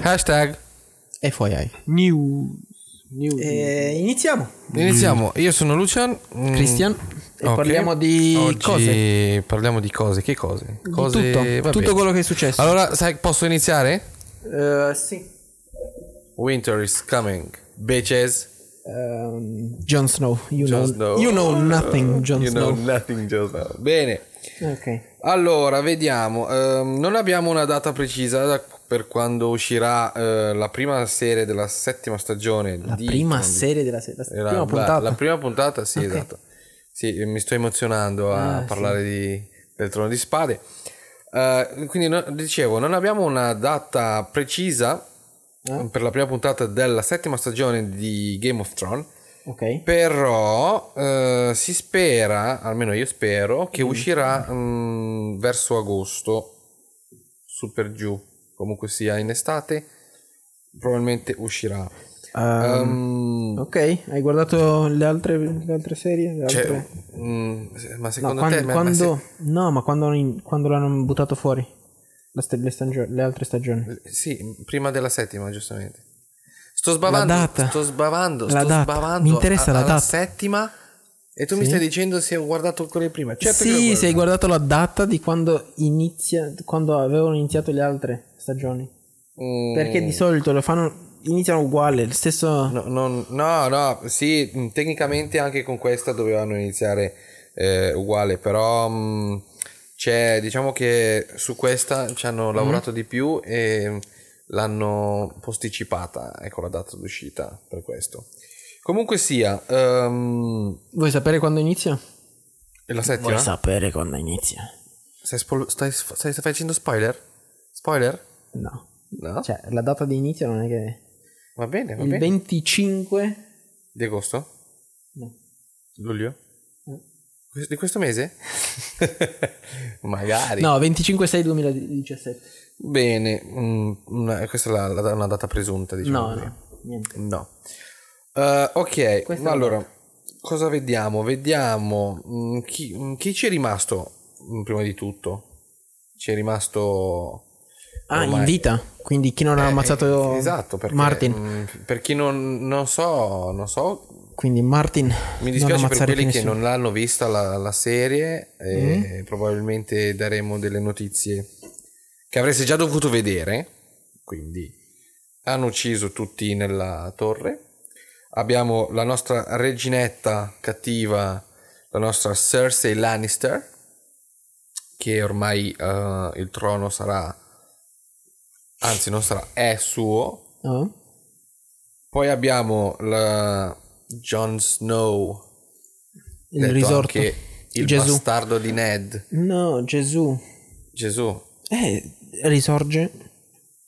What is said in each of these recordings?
Hashtag FYI. New. new- Eh, iniziamo. Iniziamo, io sono Lucian. Mm, Christian. E ok. parliamo di Oggi cose. Parliamo di cose, che cose? Di Cose- tutto. vabbè. Tutto quello che è successo. Allora, sai, posso iniziare? Eh, sì. Winter is coming, bitches. Ehm, Jon Snow. You, Jon know, Snow. you know nothing, Jon You Snow. know nothing, Jon Snow. Bene. Ok. Allora, vediamo. Ehm, non abbiamo una data precisa da- per quando uscirà eh, la prima serie della settima stagione. La prima serie della serie. La Era prima la- puntata. La prima puntata, sì, esatto. Sì, mi sto emozionando a Ah, parlare di- del trono di spade. Eh, quindi, no- dicevo, non abbiamo una data precisa Ah. per la prima puntata della settima stagione di Game of Thrones. Ok. Ehm, Però eh, si spera, almeno io spero, che uscirà mm, verso agosto, su per giù, comunque sia in estate, probabilmente uscirà. Ehm, Ehm, ok, hai guardato le altre, le altre serie? Le cioè, altre- mm, se- ma No, secondo quando, te... ma- ma se- quando- no, ma quando, in- quando l'hanno buttato fuori? La sta- le, stagio- le altre stagioni. sì, prima della settima, giustamente. Sto sbavando, La data. sto sbavando, La sto data. sbavando. Mi interessa a- la alla data. settima e tu mi stai dicendo se ho guardato quelle prima. Certo che le ho sì, guardate. se hai guardato la data di quando inizia, quando avevano iniziato le altre stagioni. Mm. Perché di solito lo fanno, iniziano uguale, lo stesso... No, non- no, no, sì, mh, tecnicamente anche con questa dovevano iniziare eh, uguale, però mh, c'è, diciamo che su questa ci hanno lavorato di più e l'hanno posticipata, ecco la data d'uscita per questo. Comunque sia, ehm, Vuoi sapere quando inizia? è la settima? sapere quando inizia? Stai, spo- stai- stai- stai facendo spoiler? Spoiler? No. No? Cioè, la data di inizio non è che... Va bene, va Il bene. 25... Di agosto? No. Luglio? Que- Di questo mese? Magari. No, 25 6 2017. Bene, mm, una- questa è la- la- una data presunta, diciamo. No, così. no, niente. No. Eh, ok, Questa è ma la allora, cosa vediamo? Vediamo mm, chi, mm, chi ci è rimasto, mm, prima di tutto. Ci è rimasto... Ah, ormai- in vita. Quindi chi non ha ammazzato Eh, esatto, perché, Martin. mm, per chi non, non so, non so Quindi Martin. Mi non dispiace per ammazzare quelli più che nessuno. Mm? non l'hanno vista la, la serie e probabilmente daremo delle notizie che avreste già dovuto vedere. Quindi hanno ucciso tutti nella torre. Abbiamo la nostra reginetta cattiva, la nostra Cersei Lannister, che ormai eh, il trono sarà, anzi non sarà, è suo. Ah, Poi abbiamo la Jon Snow, Il detto risorto. anche il Gesù. bastardo di Ned. No, Gesù. Gesù, Eh, risorge.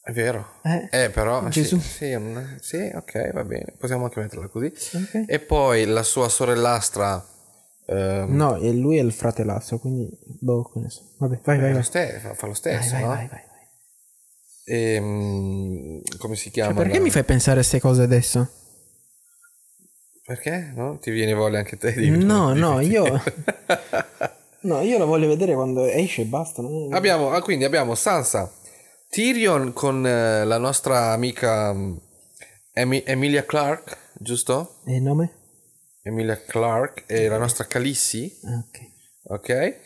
è vero. Eh. Eh, però... Gesù. Sì, sì, un- sì, ok, va bene. Possiamo anche metterla così. Ok. E poi la sua sorellastra... ehm, No, e lui è il fratellastro, quindi... Boh, che ne so. Vabbè, vai, vai, fa lo vai. ste- fa, fa lo Vai, stesso, vai, no? vai, vai. Ehm, come si chiama? Ma Cioè, perché la- mi fai pensare a queste cose adesso? Perché? No? Ti viene voglia anche te di... No, di- no, io... No, io la voglio vedere quando esce e basta. non- Abbiamo, ah, quindi abbiamo Sansa, Tyrion con eh, la nostra amica mm, Emi- Emilia Clark, giusto? E il nome? Emilia Clark e Mhm. la nostra Calissi, Ah, ok. ok?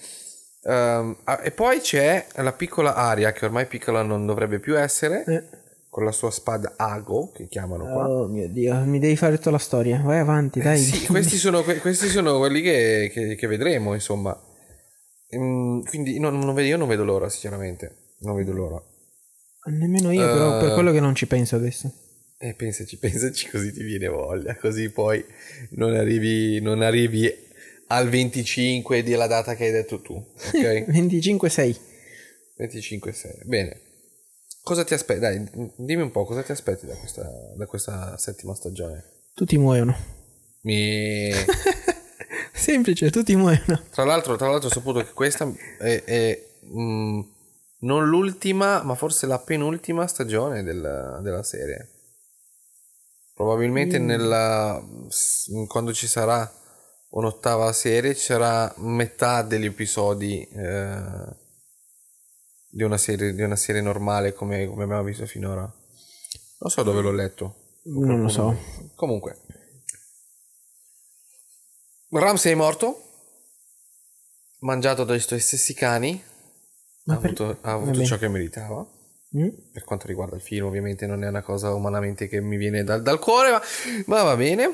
Ehm, ah, e poi c'è la piccola Aria, che ormai piccola non dovrebbe più essere, Eh. con la sua spada Ago, che chiamano Ecco qua. Eh, Oh mio dio, mi devi fare tutta la storia. Vai avanti, dai. Sì, questi sono, que- questi sono quelli che, che- che vedremo, insomma. Mm, quindi non- non vedo- io non vedo l'ora, sinceramente. Non vedo l'ora. Nemmeno io, però, per quello che non ci penso adesso. Eh, pensaci, pensaci così ti viene voglia, così poi non arrivi, non arrivi al 25 della data che hai detto tu, ok? 25-6. 25 6. Bene. Cosa ti aspetti? Dai, m- dimmi un po' cosa ti aspetti da questa, da questa settima stagione. Tutti muoiono. Mi- Semplice, tutti muoiono. Tra l'altro, tra l'altro ho saputo che questa è, è, mm, non l'ultima, ma forse la penultima stagione del- della serie. Probabilmente nella, s- quando ci sarà un'ottava serie ci sarà metà degli episodi eh, di, una serie, di una serie normale come, come abbiamo visto finora. Non so dove l'ho letto. Non lo so. Comunque. Ramsey è morto. Mangiato dai suoi stessi cani. Ma ha per- avuto, ha avuto Vabbè. ciò che meritava. Mm? Per quanto riguarda il film, ovviamente non è una cosa umanamente che mi viene dal, dal cuore, ma, ma va bene.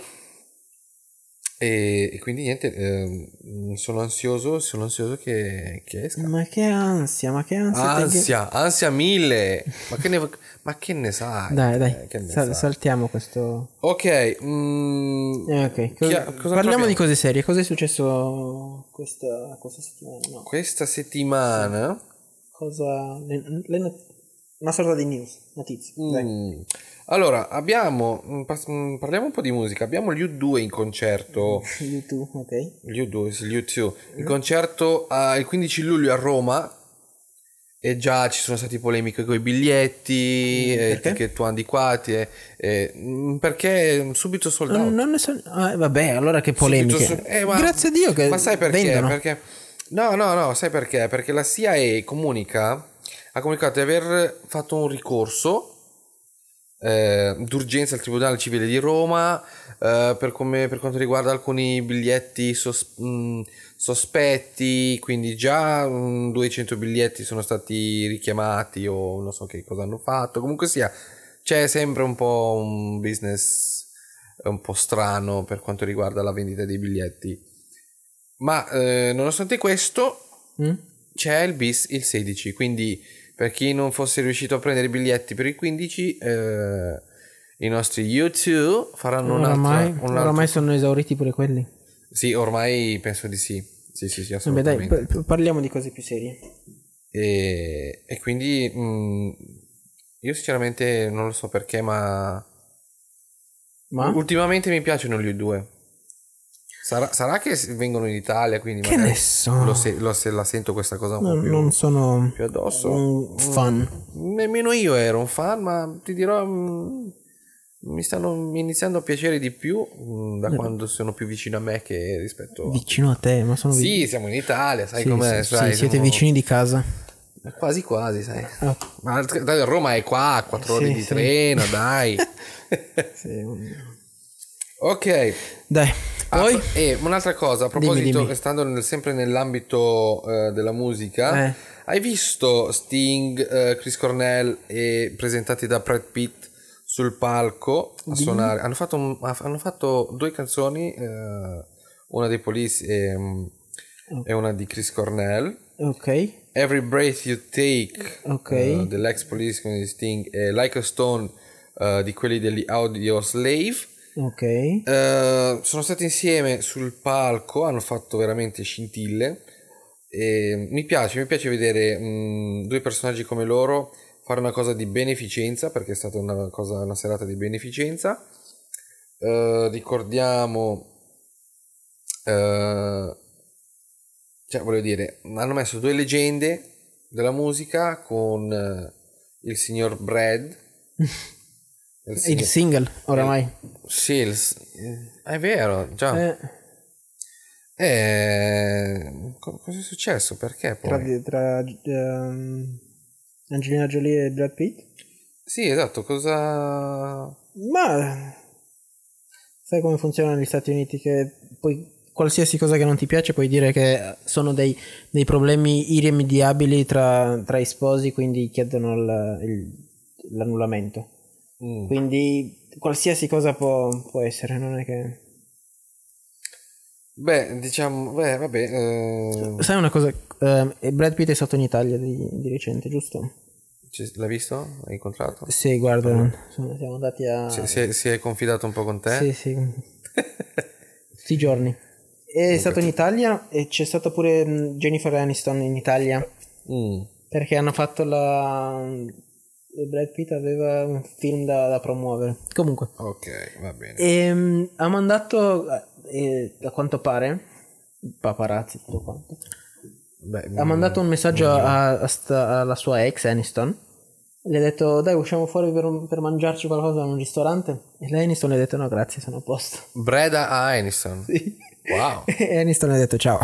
E, e quindi niente, ehm, sono ansioso, sono ansioso che, che esca. Ma che ansia, ma che ansia. Ah, te che- Ansia, ansia mille. Ma che ne, ma che ne sai? Dai, Eh, che dai, ne sal- sai? saltiamo questo. Ok, mm, Eh, ok, chi cosa- ha- cosa parliamo troviamo? di cose serie. Cosa è successo questa, questa settimana? No, Questa settimana cosa, le- le not- una sorta di news, notizie. dai. Mm. Allora, abbiamo mm, pas- mm, parliamo un po' di musica. Abbiamo gli U2 in concerto. YouTube, ok. Gli U2, sì, gli U2. Mm. Il concerto ah, il 15 luglio a Roma. E già ci sono stati polemiche con i biglietti, Mm, eh, perché? ticket di qua, ti- eh, mm, perché subito sold out. Non, non ne so. ah, vabbè, allora che Mm, polemiche. Subito su- eh, ma- Grazie a Dio che Ma sai perché? vendono. Perché- No, no, no, sai perché? Perché la CIA comunica, ha comunicato di aver fatto un ricorso eh, d'urgenza al Tribunale Civile di Roma eh, per, come- per quanto riguarda alcuni biglietti sos- mh, sospetti, quindi già mh, 200 biglietti sono stati richiamati o non so che cosa hanno fatto, comunque sia, c'è sempre un po' un business eh, un po' strano per quanto riguarda la vendita dei biglietti. Ma eh, nonostante questo Mm? c'è il bis il 16, quindi per chi non fosse riuscito a prendere i biglietti per il 15, eh, i nostri YouTube faranno un altro- Oramai, un altro... oramai sono esauriti pure quelli. Sì, ormai penso di sì. Sì, sì, sì, Vabbè, assolutamente. dai, pa- pa- parliamo di cose più serie. E, e quindi mm, io sinceramente non lo so perché, ma Ma ultimamente mi piacciono gli U2. Sarà, sarà che s- vengono in Italia, quindi che magari ne so? lo se, lo se- la sento questa cosa un po' non, più, non sono più addosso. un fan. Nemmeno io ero un fan, ma ti dirò, mm, mi stanno iniziando a piacere di più mm, da quando sono più vicino a me che rispetto... a Eh. Vicino a te, ma sono Sì, siamo in Italia, sai Sì, com'è? sì, sai, sì, siete siamo- vicini di casa. Quasi quasi, sai. Ah, Ma dai, Roma è qua, a 4 ore Sì, di sì. treno, dai. ok, Dai, Ah, poi pro- e un'altra cosa, a proposito, Dimmi, dimmi. restando nel- sempre nell'ambito eh, della musica, Eh. hai visto Sting, eh, Chris Cornell e presentati da Brad Pitt sul palco a suonare? Hanno fatto, un- ha- hanno fatto due canzoni, eh, una dei Police e, mm, e una di Chris Cornell. ok. Every Breath You Take Ok. eh, dell'ex police con di Sting e Like a Stone eh, di quelli degli Audio Slave Ok. eh, sono stati insieme sul palco hanno fatto veramente scintille e mi piace mi piace vedere mh, due personaggi come loro fare una cosa di beneficenza perché è stata una, cosa, una serata di beneficenza Eh, ricordiamo eh, cioè voglio dire, hanno messo due leggende della musica con eh, il signor Brad. il Il signor- single, oramai. sì, il s- eh, è vero, già. Eh, Eh, co- cosa è successo? Perché poi? tra tra, ehm, Angelina Jolie e Brad Pitt. Sì, esatto, cosa... mm. Ma sai come funzionano gli Stati Uniti che poi qualsiasi cosa che non ti piace puoi dire che sono dei, dei problemi irrimediabili tra, tra i sposi, quindi chiedono il- il- l'annullamento. Mm. Quindi qualsiasi cosa può, può essere, non è che... Beh, diciamo, beh, vabbè, eh, Sai una cosa, ehm, Brad Pitt è stato in Italia di, di recente, giusto? ci- l'hai visto? L'hai incontrato? Sì, guarda, sono- siamo andati a... Si, si è, si è confidato un po' con te? Sì, sì. Sti giorni. È stato in Italia e c'è stata pure mh, Jennifer Aniston in Italia Mm. perché hanno fatto la... mm, Brad Pitt aveva un film da, da promuovere. Comunque. Ok, va bene. Ehm, ha mandato, eh, a quanto pare, paparazzi tutto quanto, Beh, mm. ha mandato un messaggio a- a sta- alla sua ex Aniston. Le ha detto, dai, usciamo fuori per, un- per mangiarci qualcosa in un ristorante. E lei Aniston le ha detto, no, grazie, sono a posto. Breda a Aniston. Wow, E Aniston le ha detto, ciao.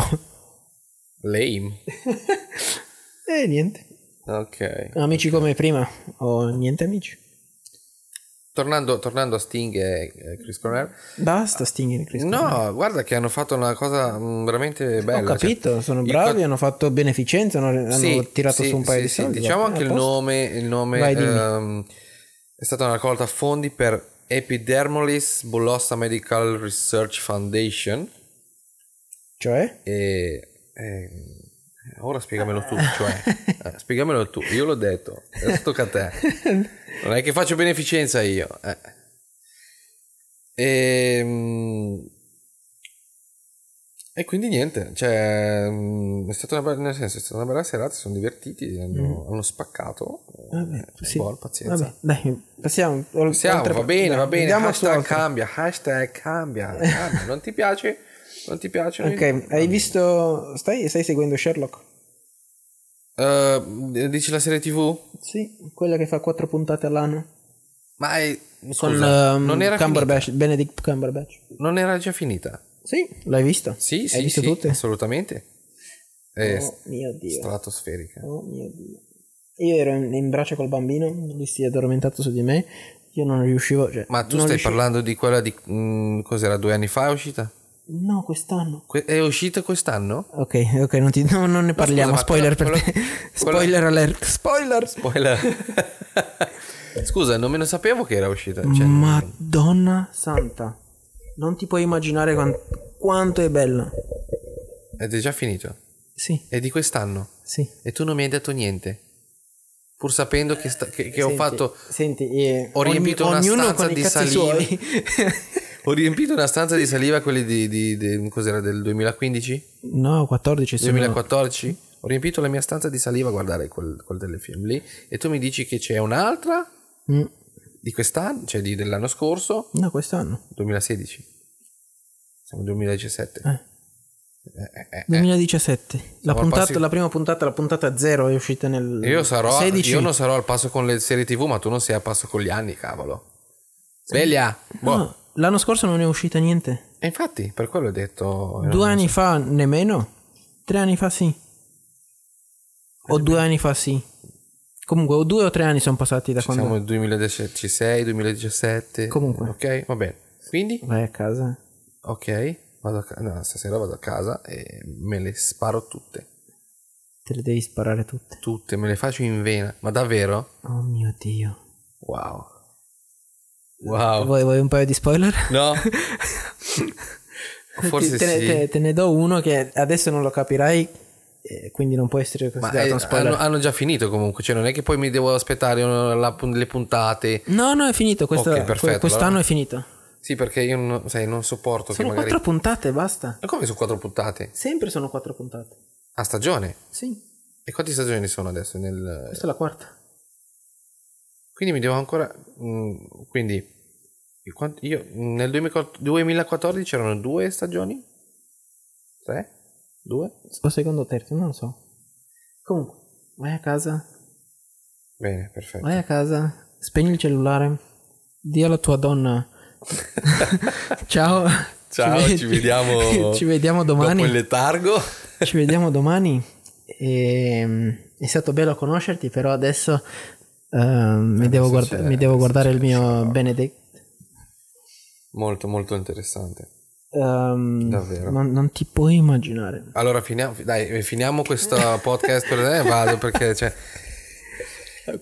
lame. e niente. Ok. Amici come prima, o niente amici. Tornando, tornando a Sting e eh, Chris Cornell, Basta Sting e Chris no, Cornell. guarda che hanno fatto una cosa mm, veramente bella. Ho cioè, capito, sono il bravi, co- hanno fatto beneficenza, hanno, hanno Sì, tirato sì, su un paio sì, di sì. soldi. Diciamo va- anche il a posto. nome, il nome, Vai, dimmi. ehm, è stata una raccolta fondi per Epidermolis Bullosa Medical Research Foundation. Cioè? E, e- ora spiegamelo tu, cioè, eh, spiegamelo tu, io l'ho detto, adesso tocca a te. Non è che faccio beneficenza io. eh. E, mm, e quindi niente, cioè, mm, è stata una bella, nel senso, è stata una bella serata, si sono divertiti, hanno, hanno spaccato. eh, Mm. Vabbè, sì. boh, pazienza. Vabbè, dai, passiamo. ol- Siamo, oltre- va bene, dai, va bene. andiamo su Hashtag altro. cambia, hashtag cambia, cambia. Non ti piace? Non ti piace? Ok, hai visto... Stai, stai seguendo Sherlock? Eh, dici la serie TV? Sì, quella che fa quattro puntate all'anno. Ma è- Con scusa, ehm, non, era Cumberbatch, Benedict Cumberbatch. finita? non era già finita? Sì, l'hai vista? Sì, sì, Hai visto sì, tutte? assolutamente. È Oh mio Dio. stratosferica. Oh mio Dio. Io ero in, in braccio col bambino, lui si è addormentato su di me, io non riuscivo... Cioè, Ma tu non stai riuscivo- parlando di quella di... mm, cos'era, due anni fa è uscita? No, quest'anno. Que- è uscita quest'anno? Ok, ok, non, ti- no, non ne parliamo. ma spoiler quella- per te. quella- quella- Spoiler alert. Spoiler! Spoiler. Scusa, non me lo sapevo che era uscita. Cioè, Mm. Madonna santa. Non ti puoi immaginare quan- quanto è bella. Ed è già finito. Sì, È di quest'anno. sì. E tu non mi hai detto niente. Pur sapendo che, sta- che- che ho Senti, fatto... Senti, eh, ho riempito una ognuno stanza con i di cazzi saliva. suoi. Ho riempito una stanza di saliva, quelli di... di- di- cos'era, del 2015? no, 14 sono- 2014 ho riempito la mia stanza di saliva a guardare quel, quel telefilm lì e tu mi dici che c'è un'altra Mm, di quest'anno, cioè di- dell'anno scorso, No, quest'anno. 2016. Siamo nel 2017. Eh. Eh, eh, eh. 2017. La, al puntata- passo- la prima puntata, la puntata zero è uscita nel eh. Io, sarò, 16. io non sarò al passo con le serie tv, ma tu non sei al passo con gli anni, cavolo. Sveglia! Boh. No, l'anno scorso non è uscita niente. E infatti, per quello ho detto... eh, Due anni fa nemmeno? Tre anni fa sì. O due anni fa sì. Comunque, o due o tre anni sono passati da quando... Siamo nel 2016, 2017. Comunque. Ok, va bene. Quindi... Vai a casa. Ok, vado a ca- no, stasera vado a casa e me le sparo tutte. Te le devi sparare tutte. Tutte, me le faccio in vena. Ma davvero? Oh mio Dio. Wow. Wow. Vuoi, vuoi un paio di spoiler? No? te, Forse te- sì. te- te ne do uno che adesso non lo capirai, eh, quindi non può essere Ma considerato eh, un spoiler. hanno, hanno già finito comunque, cioè non è che poi mi devo aspettare una- la pun- le puntate. No, no, è finito. Questo, Ok, perfetto, que- quest'anno allora. è finito. Sì, perché io non, sai, non sopporto Sono che magari... quattro puntate, basta. Ma Come sono quattro puntate? Sempre sono quattro puntate. A stagione. Sì, E quante stagioni sono adesso? Nel... questa è la quarta. Quindi mi devo ancora. mm, quindi. e quant- Io, mm, nel 2000 2014 erano due stagioni? Tre? Due? O secondo o terzo, non lo so. Comunque, vai a casa, Bene, perfetto. vai a casa, spegni il cellulare, di alla tua donna. Ciao. Ciao, ve- ci vediamo- ci vediamo domani. Dopo il letargo. Ci vediamo domani. Ehm, è stato bello conoscerti, però adesso ehm, mi, devo guarda- c'è- mi devo adesso guardare c'è il mio Sherlock. Benedict. Molto, molto interessante. Ehm, Davvero. Non, non ti puoi immaginare. Allora, finiamo, dai, eh, finiamo questo podcast. Per... eh, vado perché. Cioè,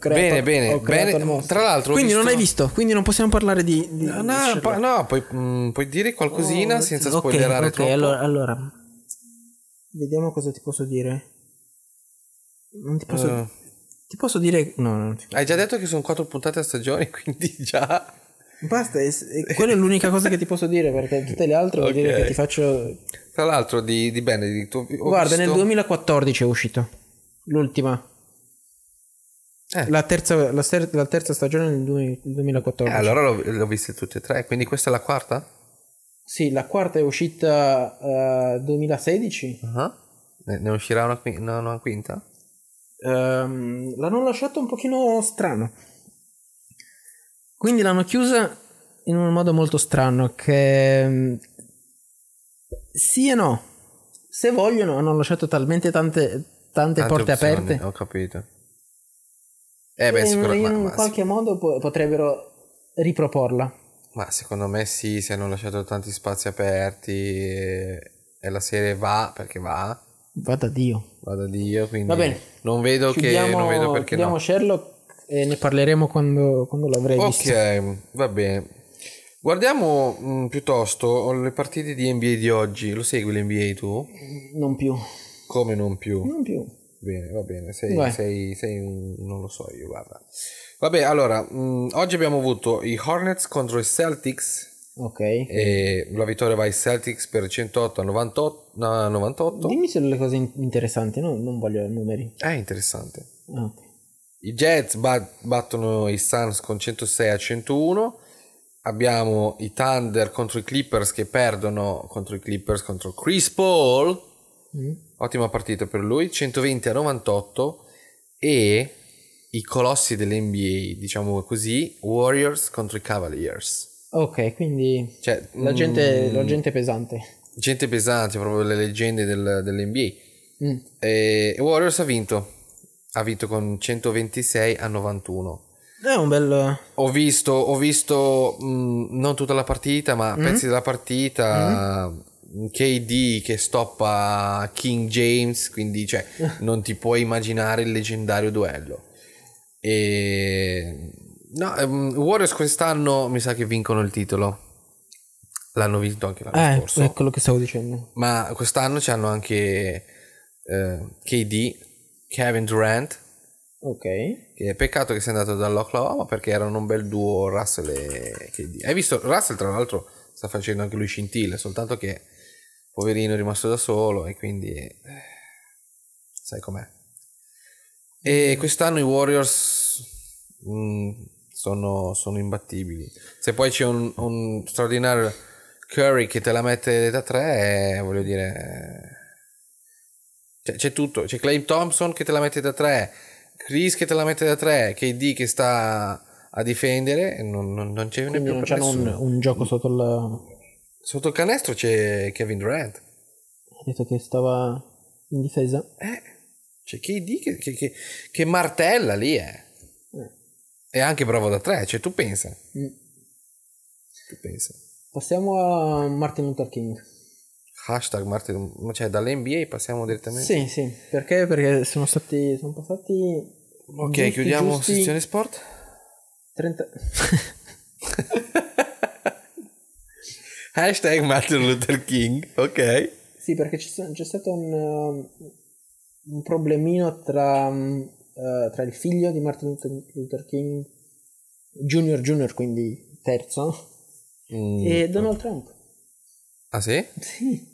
Bene, bene, bene. Tra l'altro ho quindi non visto- hai visto, quindi non possiamo parlare di. di- no, di no, Sherlock. pa- no, puoi, mm, puoi dire qualcosina Oh, senza ok, spoilerare ok, troppo. Allora, allora, vediamo cosa ti posso dire. Non ti posso. Eh. Ti posso dire. No, no, non ti- Hai già detto che sono quattro puntate a stagione, quindi già. Basta, è- è- quella è l'unica cosa che ti posso dire perché tutte le altre vuol dire Ok. che ti faccio Tra l'altro, di, di Benedict. ho- ho Guarda, visto- nel 2014 è uscito l'ultima. Eh. La, terza, la, ser- la terza stagione nel du- nel Eh, 2014. allora l'ho, l'ho viste tutte e tre, quindi questa è la quarta? Sì, la quarta è uscita eh, nel 2016. Ne, ne uscirà una, qui- no, no, una quinta? Ehm, l'hanno lasciata un pochino strano. Quindi l'hanno chiusa in un modo molto strano che... ehm, Sì e no. Se vogliono hanno lasciato talmente tante, tante Tante porte opzioni, aperte. Ho capito. Eh beh, in, in sicuramente. un Eh, ma- ma- qualche modo po- potrebbero riproporla. Ma secondo me sì, si hanno lasciato tanti spazi aperti e, e la serie va perché va, Vada Dio. va da Dio, quindi Va bene. non vedo che non vedo perché chiudiamo no. Sherlock e ne parleremo quando, quando l'avrei visto. Ok, va bene. Guardiamo mh, piuttosto le partite di NBA di oggi. Lo segui l'NBA tu? Non più. Come non più? Non più. Bene, va bene, sei, Vai. sei, sei un... non lo so io, guarda. Vabbè, allora, mh, oggi abbiamo avuto i Hornets contro i Celtics Ok. Esatto. e la vittoria va ai Celtics per 108 a 98. no, 98. Dimmi solo le cose in- interessanti, no? non voglio numeri. Ah, interessante. Ah, ok. I Jets ba- battono i Suns con 106 a 101. Abbiamo i Thunder contro i Clippers che perdono contro i Clippers contro Chris Paul. Mm. Ottima partita per lui, 120 a 98 e i colossi dell'NBA, diciamo così, Warriors contro i Cavaliers. Ok, quindi Cioè, la gente, mm, la gente è pesante. gente pesante, proprio le leggende del- dell'NBA. Mm. E e Warriors ha vinto, ha vinto con 126 a 91. È un bel... Ho visto, ho visto mh, non tutta la partita, ma pezzi della partita. KD che stoppa King James, quindi cioè, non ti puoi immaginare il leggendario duello. E... No, ehm, Warriors quest'anno mi sa che vincono il titolo. L'hanno vinto anche l'anno Eh, scorso. è quello che stavo dicendo. Ma quest'anno c'hanno anche eh, KD, Kevin Durant, Ok. che peccato che sia andato dall'Oklahoma perché erano un bel duo Russell e KD. Hai visto? Russell tra l'altro sta facendo anche lui scintille, soltanto che poverino è rimasto da solo e quindi eh, sai com'è. E quest'anno i Warriors mm, sono, sono imbattibili. Se poi c'è un, un straordinario Curry che te la mette da tre, eh, voglio dire... Cioè, c'è tutto. C'è Clay Thompson che te la mette da 3, Chris che te la mette da 3, KD che sta a difendere, e non, non, non c'è Quindi più non per c'hanno un, nessuno. un gioco sotto il... Sotto il canestro c'è Kevin Durant, Ha detto che stava in difesa. eh, c'è KD che, che, che, che martella lì, eh. È anche bravo da 3, cioè tu pensa, Mm. tu pensa. Passiamo a Martin Luther King. Hashtag Martin, ma cioè dall'NBA passiamo direttamente. Sì, sì. Perché? Perché sono stati... Sono passati... Ok, giusti, chiudiamo giusti sezione sport. 30... Hashtag Martin Luther King, ok. Sì, perché ci sono- c'è stato un, um, un problemino tra, um, eh, tra il figlio di Martin Luther- Luther King Junior Junior, quindi terzo, Mm. e Donald Trump. Ah sì? Sì.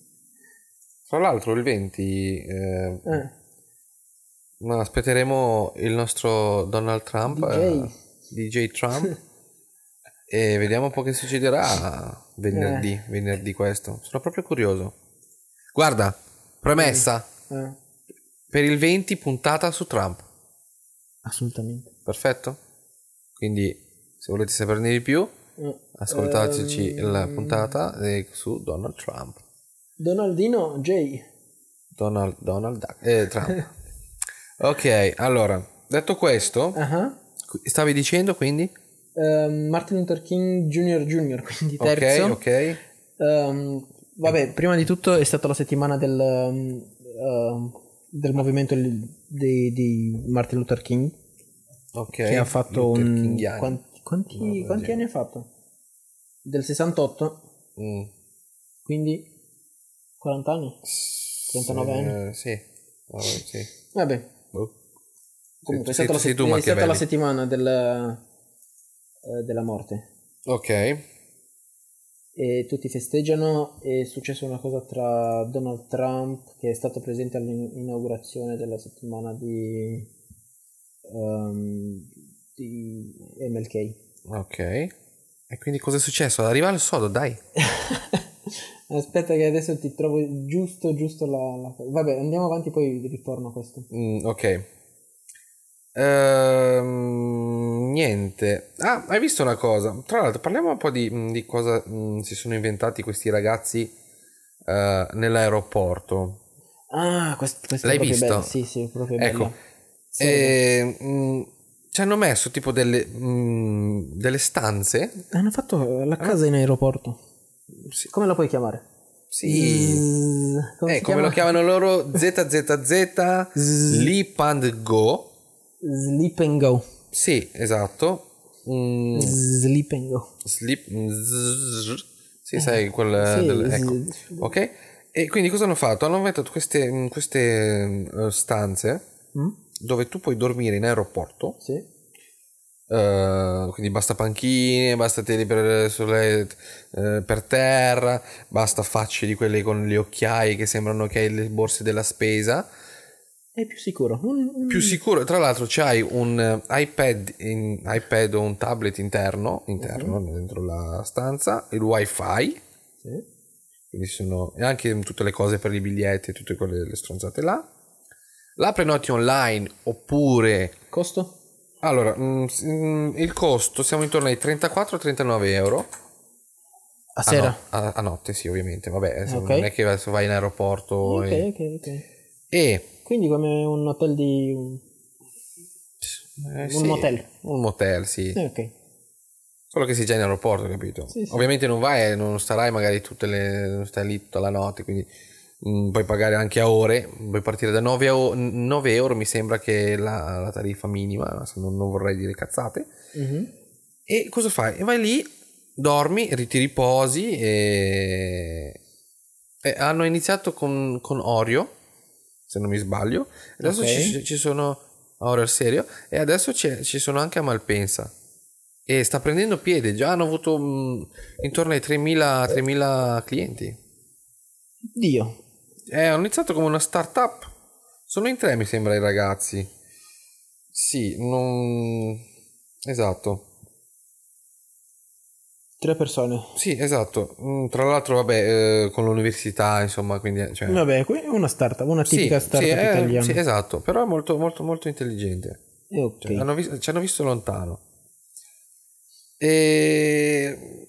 Tra l'altro il 20 eh, Eh, no, aspetteremo il nostro Donald Trump, DJ. eh, DJ Trump, e vediamo un po' che succederà venerdì, venerdì questo. Sono proprio curioso. Guarda, premessa, eh, per il 20 puntata su Trump, assolutamente. perfetto? Quindi se volete saperne di più, Eh, ascoltateci ehm, la puntata eh, su Donald Trump. Donaldino J. Donald, Donald Duck, eh, Trump. ok, allora, detto questo... Ah, Qui- Stavi dicendo quindi? eh, Martin Luther King Junior Junior, quindi Ok, terzo. ok. Ehm, vabbè, prima di tutto è stata la settimana del, ehm, ehm, del movimento li- di, di Martin Luther King Ok. che ha fatto Luther un... Kingiani. Quanti, quanti- Una roba quanti del anni ha fatto? Del 68, Mm. quindi 40 anni? 39 Eh, anni. Sì. Ah, sì. Vabbè, Boh. comunque è Sei- stata, la, sei sett- tu, è Machiavelli. stata la settimana del, eh, della morte. Ok. e tutti festeggiano. È successa una cosa tra Donald Trump, che è stato presente all'inaugurazione della settimana di, ehm, di MLK. Ok. E quindi cosa è successo? Arriva il sodo, dai. Aspetta, che adesso ti trovo giusto, giusto la, la- Vabbè, andiamo avanti, poi ritorno a questo. Mm, ok. Ehm, niente. Ah, hai visto una cosa? Tra l'altro, parliamo un po' di, di cosa mm, si sono inventati questi ragazzi eh, nell'aeroporto. Ah, quest- questo L'hai è proprio visto? bello. Sì, sì, è proprio bello. Ecco. Sì, E, mh, ci hanno messo tipo delle mh, mm, delle stanze. Hanno fatto la casa in aeroporto. Sì. Come la puoi chiamare? Sì. Mm, Eh, si come lo chiamano loro? ZZZ Sleep and Go. Sleep and go. Sì, esatto. Mm, Sleep and go. Sleep. zzz. Sì, sai, quel. Eh, sì, del- ecco. sì. Ok? E quindi cosa hanno fatto? Hanno inventato queste, mm, queste mm, stanze Mm? dove tu puoi dormire in aeroporto. Sì. Eh, quindi basta panchine, basta teli per, sulle- eh, per terra, basta facce di quelle con le occhiaie che sembrano che hai le borse della spesa. È più sicuro. Un- un- Più sicuro, tra l'altro, c'hai un eh, iPad, in- iPad o un tablet interno, interno dentro la stanza, il wifi, sì. quindi ci sono e anche tutte le cose per i biglietti e tutte quelle le stronzate là. La prenoti online oppure Costo? allora, mm, s- mm, il costo siamo intorno ai 34-39 euro. A Ah, sera. no, a, a notte, sì, ovviamente. Vabbè, adesso Ok. non è che adesso vai in aeroporto Ok, e, ok, ok. e- Quindi come un hotel di... eh, un sì, motel. Un motel, sì. Eh, ok. Solo che sei già in aeroporto, capito? Sì, sì. Ovviamente non vai, non starai magari tutte le. non stai lì tutta la notte, quindi mm, puoi pagare anche a ore. Puoi partire da 9, eu- 9 euro, mi sembra che è la, la tariffa minima, se non, non vorrei dire cazzate. Mhm. E cosa fai? E Vai lì, dormi, ri- ti riposi e... e hanno iniziato con, con Oreo, se non mi sbaglio. Adesso Ok. ci, ci sono... Oreo al serio. E adesso c'è- ci sono anche a Malpensa. E sta prendendo piede, già hanno avuto mh, intorno ai 3.000, 3.000 clienti. Dio. Eh, hanno iniziato come una startup. Sono in tre, mi sembra, i ragazzi. Sì, non... Esatto. Tre persone. Sì, esatto. Mm, Tra l'altro, vabbè, eh, con l'università, insomma, quindi... Cioè... Vabbè, qui è una startup, una Sì, tipica startup sì, eh, italiana. sì, esatto, però è molto, molto, molto intelligente. Eh, ok. Cioè, hanno vis- ci hanno visto lontano. E...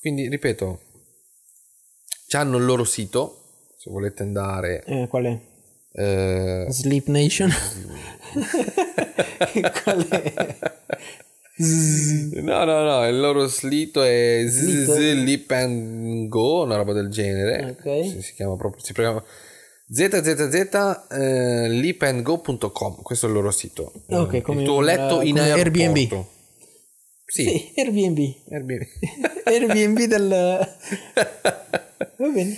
Quindi, ripeto, hanno il loro sito, se volete andare... Eh, qual è? eh, Sleep Nation? qual è? No, no, no, il loro slito è Slitto? Sleep and Go, una roba del genere. Ok. Si, si chiama proprio, si chiama eh, zzz.lipandgo.com, questo è il loro sito. Ok, Eh, come il tuo una- letto in come aeroporto. Airbnb. Sì, Sì, Airbnb. Airbnb. Airbnb del... Va bene.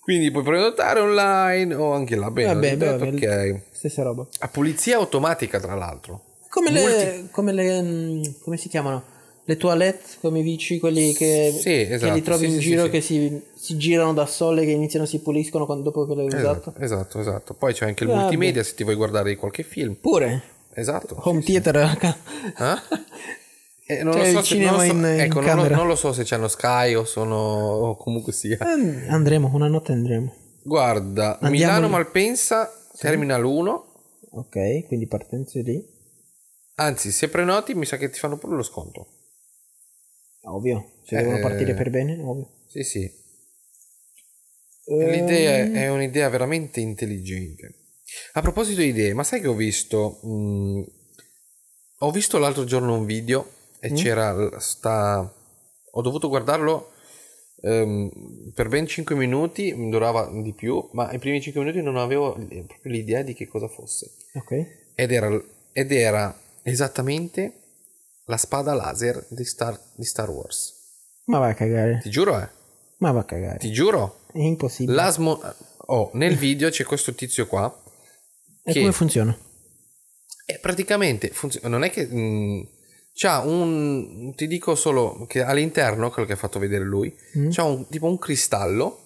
Quindi puoi prenotare online o anche là, bene, Vabbè, ho detto, vabbè, ok. Stessa roba. A pulizia automatica, tra l'altro. Come le, come le, mm, come si chiamano? Le toilette, come i bici, quelli che, Sì, che esatto, li trovi sì, sì, in giro, sì, che si, si girano da sole, che iniziano, si puliscono quando- dopo che l'hai usato. esatto, esatto. Poi c'è anche il Vabbè. multimedia se ti vuoi guardare qualche film. Pure, Esatto. home theater. raga. Eh? Eh, non Cioè, lo so il se, cinema non lo so- in- in ecco, non lo- camera. non lo so se c'hanno Sky o sono o comunque sia. Eh, Andremo, una notte andremo. Guarda, Andiamo Milano lì. Malpensa Terminal 1. Ok, quindi partenze lì. Anzi, se prenoti mi sa che ti fanno pure lo sconto. Ovvio, se Eh. devono partire per bene, ovvio. Sì, sì. Ehm, Eh, L'idea è un'idea veramente intelligente. A proposito di idee, ma sai che ho visto? mh, ho visto l'altro giorno un video e c'era l- sta. Ho dovuto guardarlo ehm, per ben 5 minuti, mh, durava di più, ma i primi 5 minuti non avevo l- proprio l'idea di che cosa fosse. Ok. Ed era, ed era esattamente la spada laser di Star, di Star Wars. Ma va a cagare, Ti giuro, eh? ma va a cagare. Ti giuro. È impossibile. L'asmo... Oh, nel video c'è questo tizio qua. E che- come funziona? E Eh, praticamente funziona... Non è che... mh, c'ha un... Ti dico solo che all'interno, quello che ha fatto vedere lui, Mm. c'ha un, tipo un cristallo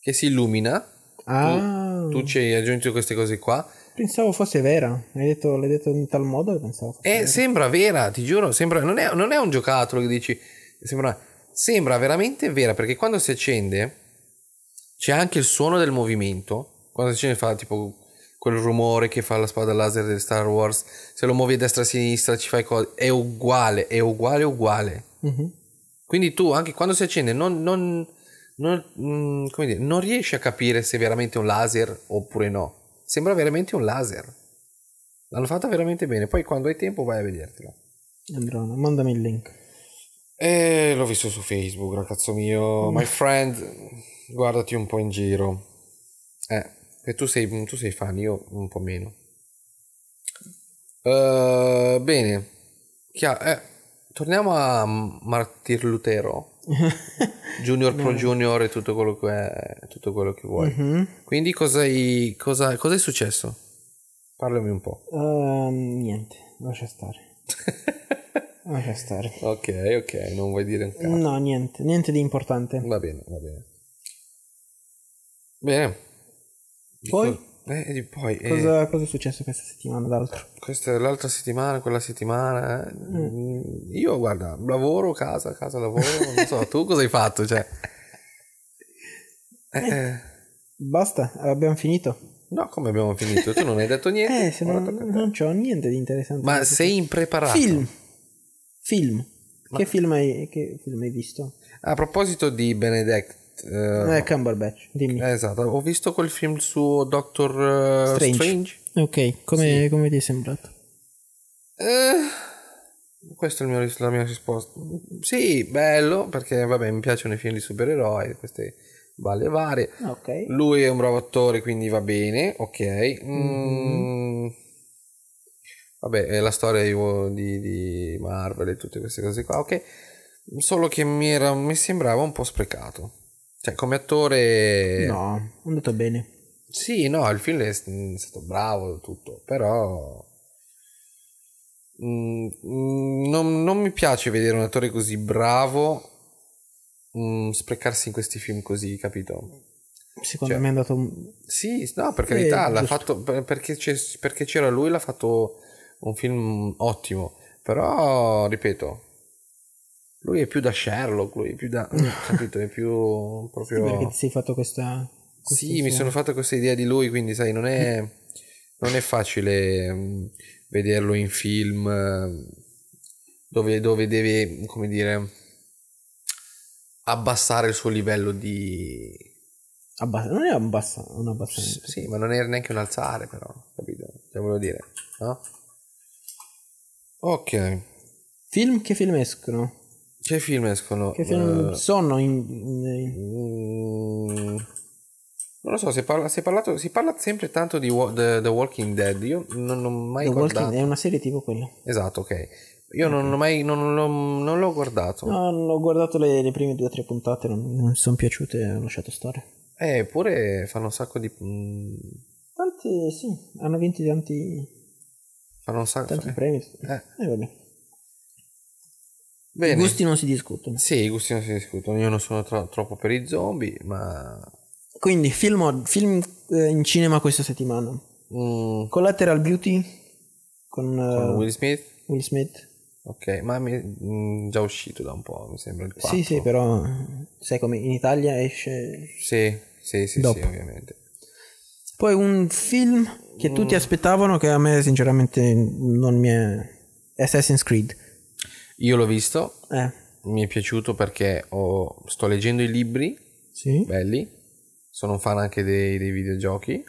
che si illumina. Ah, Tu ci hai aggiunto queste cose qua. pensavo fosse vera. Hai detto, l'hai detto in tal modo che pensavo fosse E Eh, sembra vera, ti giuro. Sembra, non, è, non è un giocattolo che dici... Sembra, sembra veramente vera perché quando si accende c'è anche il suono del movimento. Quando si accende fa tipo quel rumore che fa la spada laser del Star Wars. Se lo muovi a destra e a sinistra ci fai cose. È uguale, è uguale, uguale. Mhm. Quindi tu anche quando si accende non, non- non- mm, come dire, non riesci a capire se è veramente un laser oppure no. Sembra veramente un laser. L'hanno fatta veramente bene. Poi quando hai tempo vai a vedertelo. Androna, mandami il link. E l'ho visto su Facebook, ragazzo mio. My friend, guardati un po' in giro. Eh, e tu sei, tu sei fan, io un po' meno. Eh, bene. Chia- eh, torniamo a Martir Lutero. Junior Pro Junior e tutto quello che, è- tutto quello che vuoi. Mhm. Quindi cosa hai- cosa, cosa è successo? Parlami un po'. Ehm, niente, lascia stare. lascia stare. Ok, ok, non vuoi dire un cazzo. No, niente, niente di importante. Va bene, va bene. Bene. Di Poi? co- eh, di poi eh, Cosa, cosa è successo questa settimana d'altro? questa è l'altra settimana, quella settimana. eh. Mm, Io, guarda, lavoro, casa, casa, lavoro. non so, tu cosa hai fatto? Cioè, Eh, eh, Basta, abbiamo finito. no, come abbiamo finito? Tu non hai detto niente. Eh, se ora non, tocca a te. non c'ho niente di interessante. Ma sei impreparato. Film. Film. Che, film hai, che film hai visto? A proposito di Benedict. eh, Eh, Cumberbatch, dimmi. Esatto, ho visto quel film suo Doctor eh, Strange. Strange. Ok, come, come ti è sembrato? Eh, questa è il mio ris- la mia risposta. Sì, bello, perché vabbè, mi piacciono i film di supereroi, queste balle varie. Ok. Lui è un bravo attore, quindi va bene, ok. Mm. Vabbè, è la storia di, di- di Marvel e tutte queste cose qua, ok. Solo che mi, era- mi sembrava un po' sprecato. Cioè, come attore... No, è andato bene. Sì, no, il film è s- è stato bravo, tutto, però mm, mm, non, non mi piace vedere un attore così bravo mm, sprecarsi in questi film così, capito? Secondo Cioè- me è andato... Sì, no, per Sì, carità, l'ha Eh, giusto. fatto, per- perché, c'è- perché c'era lui, l'ha fatto un film ottimo, però, ripeto, lui è più da Sherlock, lui è più da... capito, è più proprio... Perché ti sei fatto questa... questa Sì, mi sua- sono fatto questa idea di lui, quindi sai, non è, non è facile mm, vederlo in film eh, dove, dove deve, come dire, abbassare il suo livello di... Abbassa- non è abbassa- un abbassamento. Sì, ma non era neanche un alzare però, capito? Cioè, volevo dire, no? Ok, Film? Che film escono? che film escono? Che film Eh, sono in... in- Mm, Non lo so, si, parla, si, è parlato- si parla sempre tanto di Wa- The, The Walking Dead. Io non ho mai The guardato. Walking- è una serie tipo quella. Esatto, ok. Io non, ho mai, non, l'ho, non l'ho guardato. No, non ho guardato le, le prime due o tre puntate, non, non mi sono piaciute, ho lasciato stare. Eh, Eppure fanno un sacco di. mm, Tanti, sì, hanno vinto tanti, Fanno un sacco. tanti eh, premi. eh. Eh, vabbè. I Bene. gusti non si discutono. Sì, i gusti non si discutono. Io non sono tro- troppo per i zombie, ma. Quindi, film, od- film, eh, in cinema questa settimana. mm, Collateral Beauty con, eh, Will Smith. Will Smith. Ok, ma mi, mm, già uscito da un po', mi sembra. Il Sì, 4. sì, però sai come in Italia esce... Sì, sì, sì, Dopo. sì, ovviamente. Poi un film che tutti aspettavano che a me sinceramente non mi è... Assassin's Creed. Io l'ho visto, Eh, mi è piaciuto perché ho- sto leggendo i libri sì. belli, sono un fan anche dei, dei videogiochi,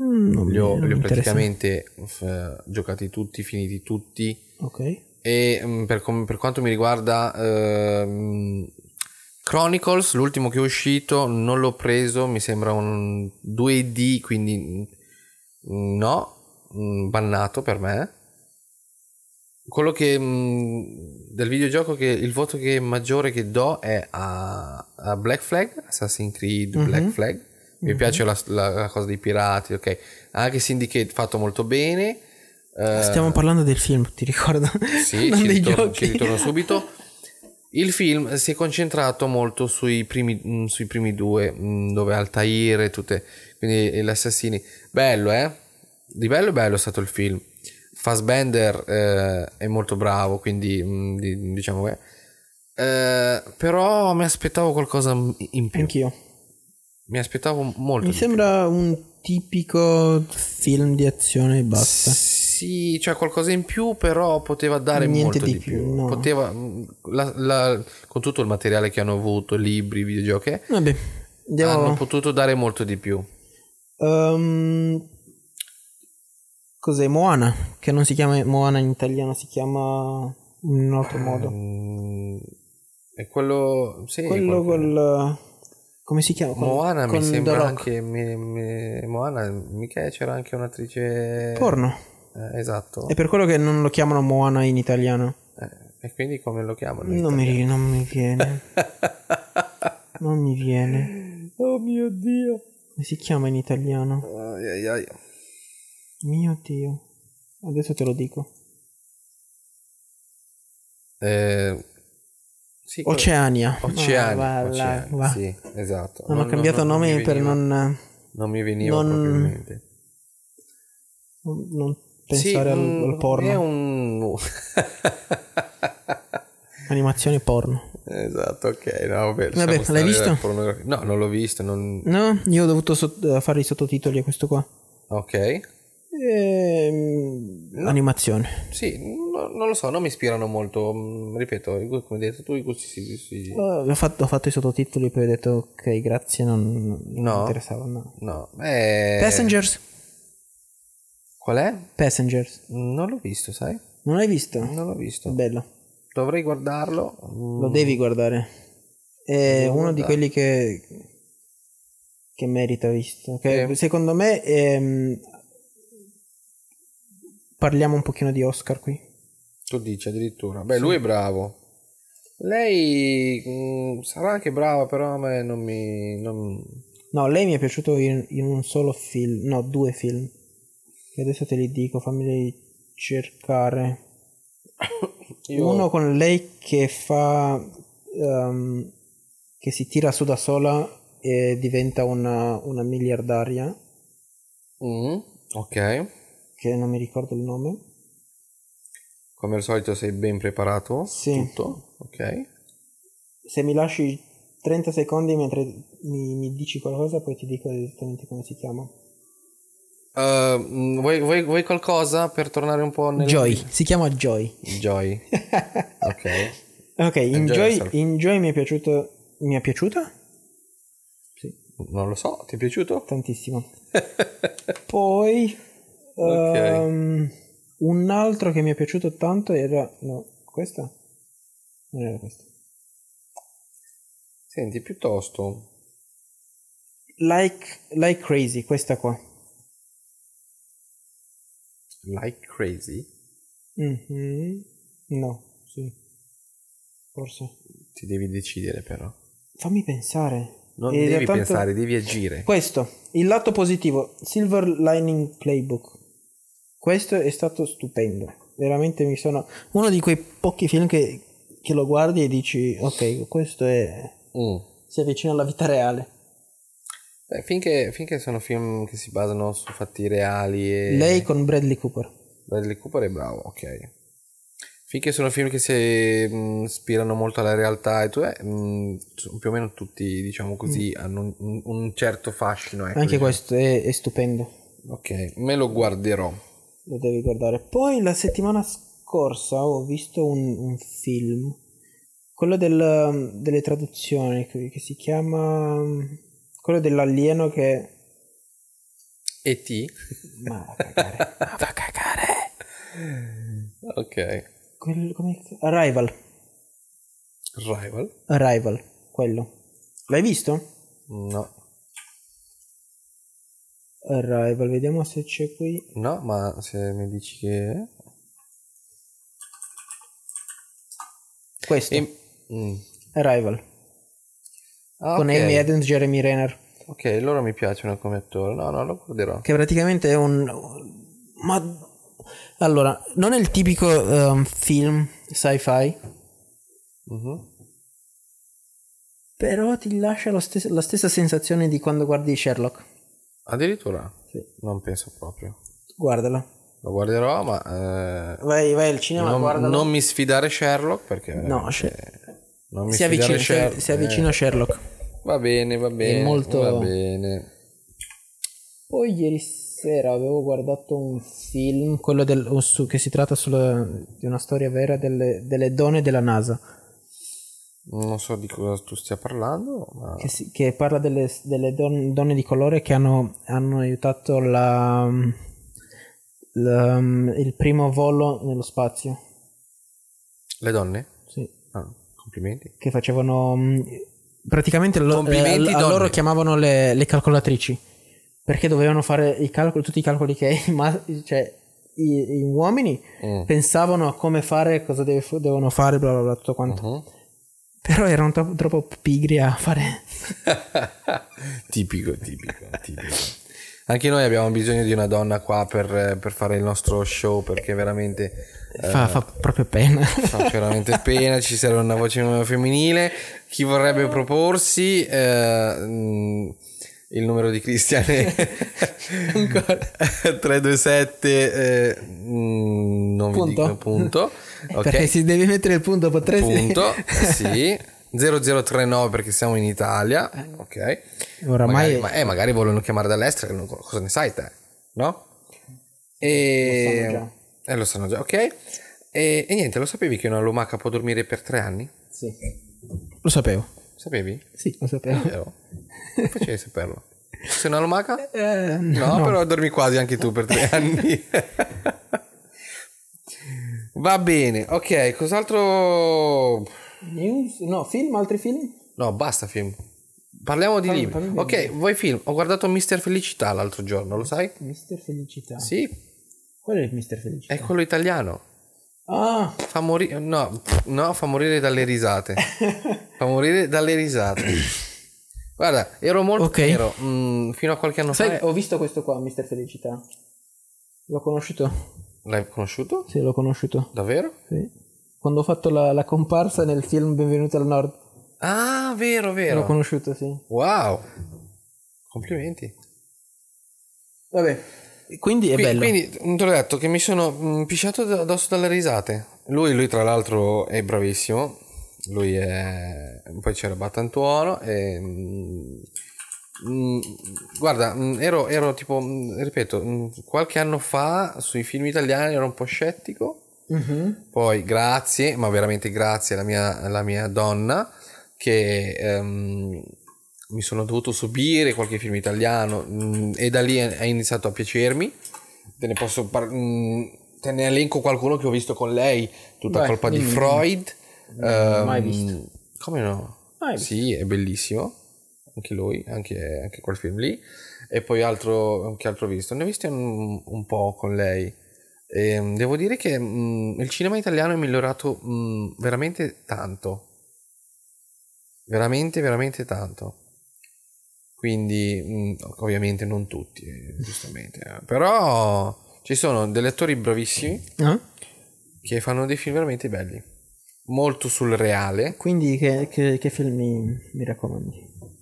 Mm, non li ho, mi- non li ho mi interessa. praticamente f- giocati tutti, finiti tutti Ok. e mm, per, com- per quanto mi riguarda ehm, Chronicles, l'ultimo che è uscito, non l'ho preso, mi sembra un 2D, quindi mm, no, mm, bannato per me. Quello che mm, del videogioco che il voto che maggiore che do è a, a Black Flag, Assassin's Creed Black Flag. Mi piace la, la- la cosa dei pirati, ok. Anche Syndicate fatto molto bene. eh, Stiamo parlando del film, ti ricordo? sì, non ci dei ritorno, giochi. ci ritorno subito. Il film si è concentrato molto sui primi, mm, sui primi due, mm, dove Altair e tutte, quindi e gli assassini. Bello, eh? Di bello bello è stato il film. Fassbender eh, è molto bravo, quindi mm, di- diciamo che... eh, però mi aspettavo qualcosa in più. Anch'io. Mi aspettavo molto. Mi di sembra un tipico film di azione e basta. Sì, cioè qualcosa in più, però poteva dare Niente molto di di, più. più, no. Poteva, la- la- con tutto il materiale che hanno avuto, libri, videogiochi, eh, Vabbè, andiamo. hanno potuto dare molto di più. Ehm, cos'è Moana? Che non si chiama Moana in italiano, si chiama in un altro modo. Mm, è quello... Sì, Quello qualcuno. col... come si chiama? Con- Moana mi con sembra The Rock. anche... mi- mi- Moana, mica c'era anche un'attrice... Porno. Eh, esatto. È per quello che non lo chiamano Moana in italiano. Eh, e quindi come lo chiamano? in Non mi, italiano? ri- non mi viene. non mi viene. Oh mio Dio. Come si chiama in italiano? Ai, ai, ai. Mio Dio. Adesso te lo dico. Eh, sì, quello- Oceania. Oceania, Ah, Va, va, Oceania, va. sì, esatto. Hanno cambiato nome mi per veniva- non, Non mi veniva non- proprio in mente. non Sì, pensare al- mm, al, porno. È un... Animazione porno. esatto, ok. No, vabbè, Vabbè, lasciamo stare l'hai visto? la pornografia. No, non l'ho visto. Non... No, io ho dovuto sot- fare i sottotitoli a questo qua. Ok. Ehm, Animazione. Sì, no- non lo so, non mi ispirano molto. mm, Ripeto, i gu- come hai detto tu, i gusti si... si- Eh, ho, fatto, ho fatto i sottotitoli poi ho detto ok grazie non, non No. mi interessava no. No, eh, Passengers Qual è? Passengers Non l'ho visto, sai? non l'hai visto? Non l'ho visto. bello Dovrei guardarlo. mm, lo devi guardare è Devo uno di guardare. quelli che che merita visto che Sì. secondo me ehm, parliamo un pochino di Oscar qui Tu dici addirittura. Beh, lui è bravo. Lei mm, sarà anche brava, però a me non mi... non- no lei mi è piaciuto in, in un solo film no due film che adesso te li dico fammeli cercare Io- Uno con lei che fa. ehm, che si tira su da sola e diventa una, una miliardaria, Mm, ok. che non mi ricordo il nome. Come al solito sei ben preparato. Sì. Tutto. Ok. Se mi lasci 30 secondi mentre mi, mi dici qualcosa, poi ti dico esattamente come si chiama. Eh, mm, vuoi, vuoi- vuoi qualcosa per tornare un po' nel... Joy, si chiama Joy. Joy. ok. Ok, in Enjoy Joy, yourself. in Joy mi è piaciuto. Mi è piaciuta? Non lo so, ti è piaciuto? Tantissimo. Poi. Ok. ehm, un altro che mi è piaciuto tanto era. No, questa? Non era questa. Senti, piuttosto... Like, like Crazy, questa qua. Like crazy. Mhm. No, sì. Forse. Ti devi decidere però. Fammi pensare. Non Ed è devi tanto- pensare, devi agire. Questo, il lato positivo, Silver Lining Playbook. Questo è stato stupendo. Veramente mi sono... Uno di quei pochi film che, che lo guardi e dici, ok, questo è... Mm. si avvicina alla vita reale. Beh, Eh, finché, finché sono film che si basano su fatti reali e Lei con Bradley Cooper. Bradley Cooper è bravo, ok. Finché sono film che si mh, ispirano molto alla realtà e tu, eh, mh, sono più o meno tutti, diciamo così, hanno un- un, un certo fascino. ecco, Mm. Anche diciamo. questo è- è stupendo. Ok, me lo guarderò. lo devi guardare. Poi la settimana scorsa ho visto un, un film, quello del, um, delle traduzioni, che, che si chiama... um, quello dell'alieno che... E ti? Ma va a cagare. ma va a cagare. Ok. Quel- come- Arrival. Rival? Arrival, quello. L'hai visto? No. Arrival, vediamo se c'è qui. No, ma se mi dici che... Questo. E- mm. Arrival. Ah, Con ok. Amy Adams e Jeremy Renner. Ok, loro mi piacciono come attore. No, no, lo guarderò. che praticamente è un ma allora non è il tipico ehm, film sci-fi Mhm. però ti lascia lo stes- la stessa sensazione di quando guardi Sherlock Addirittura? Sì. Non penso proprio. guardala Lo guarderò, ma eh, vai, vai al cinema non, guardala non mi sfidare Sherlock perché eh, no Sher- non mi si sfidare avvicina, si- Sherlock. si avvicina a Sherlock Eh, va bene, va bene. molto- Va bene. poi ieri sera avevo guardato un film quello del- o su- che si tratta sulla- di una storia vera delle, delle donne della NASA Non so di cosa tu stia parlando, ma che, si- che parla delle, delle don- donne di colore che hanno, hanno aiutato la- la- il primo volo nello spazio. Le donne? Sì. Ah, complimenti. che facevano mh, praticamente lo- Complimenti, eh, a- a loro donne. chiamavano le, le calcolatrici perché dovevano fare i calcoli, tutti i calcoli che i ma- cioè, i- gli uomini Mm. pensavano a come fare, cosa deve- devono fare, bla bla bla, tutto quanto. Mhm. Però erano tro- troppo pigri a fare. tipico, tipico, tipico. Anche noi abbiamo bisogno di una donna qua per, per fare il nostro show perché veramente eh, Fa, fa proprio pena. fa veramente pena, ci serve una voce femminile. Chi vorrebbe proporsi eh, mh, il numero di Cristian è 327 eh, mh, non vi Punto. Eh, dico punto. Perché Ok. si devi mettere il punto, potresti. Punto, sì. 0039 perché siamo in Italia, ok. Oramai- magari, ma- eh, magari vogliono chiamare dall'estero, non- cosa ne sai te, no? E Lo sanno eh, lo sanno già, ok. E, e niente, lo sapevi che una lumaca può dormire per tre anni? Sì. Lo sapevo. Sapevi? Sì, lo sapevo. Vero? Non facevi saperlo. Sei una lumaca? Eh, No, però dormi quasi anche tu per tre anni. Va bene, ok, cos'altro News? No, film, altri film? No, basta film. Parliamo di Parli- libri. parliamo di ok, vuoi film? Ho guardato Mister Felicità l'altro giorno, lo sai? Mister Felicità. Sì, Ecco. Qual è il Mister Felicità? è quello italiano. Ah, Fa morire... No, no, fa morire dalle risate. fa morire dalle risate. Guarda, ero molto... Ok. Ero, mm, fino a qualche anno sai, fa... Eh, ho visto questo qua, Mister Felicità. L'ho conosciuto? L'hai conosciuto? Sì, l'ho conosciuto. Davvero? Sì. Quando ho fatto la, la comparsa nel film Benvenuto al Nord. Ah, vero, L'ho vero. conosciuto, sì. Wow. Complimenti. Vabbè. Quindi è Qui- bello. Quindi ti ho detto che mi sono mm, pisciato da- addosso dalle risate. Lui, lui, tra l'altro è bravissimo. Lui è... Poi c'era Battantuono e... mm, mm, guarda, mm, ero, ero tipo, mm, ripeto, mm, qualche anno fa sui film italiani ero un po' scettico. Mhm. Poi grazie, ma veramente grazie alla mia, alla mia donna che ehm, mi sono dovuto subire qualche film italiano mm, e da lì è è iniziato a piacermi. Te ne posso par- mm, te ne elenco qualcuno che ho visto con lei, tutta Vai, colpa di dimmi, Freud. Ehm, mai visto. Come no? Mai sì, è bellissimo. Anche lui, anche, anche quel film lì. E poi altro, che altro ho visto? Ne ho visti un, un po' con lei. E, mm, devo dire che mm, il cinema italiano è migliorato mm, veramente tanto. Veramente, veramente tanto. Quindi, mm, ovviamente non tutti, eh, giustamente. eh. Però ci sono degli attori bravissimi Ah, che fanno dei film veramente belli. Molto sul reale. Quindi che, che- che film mi, mi raccomandi?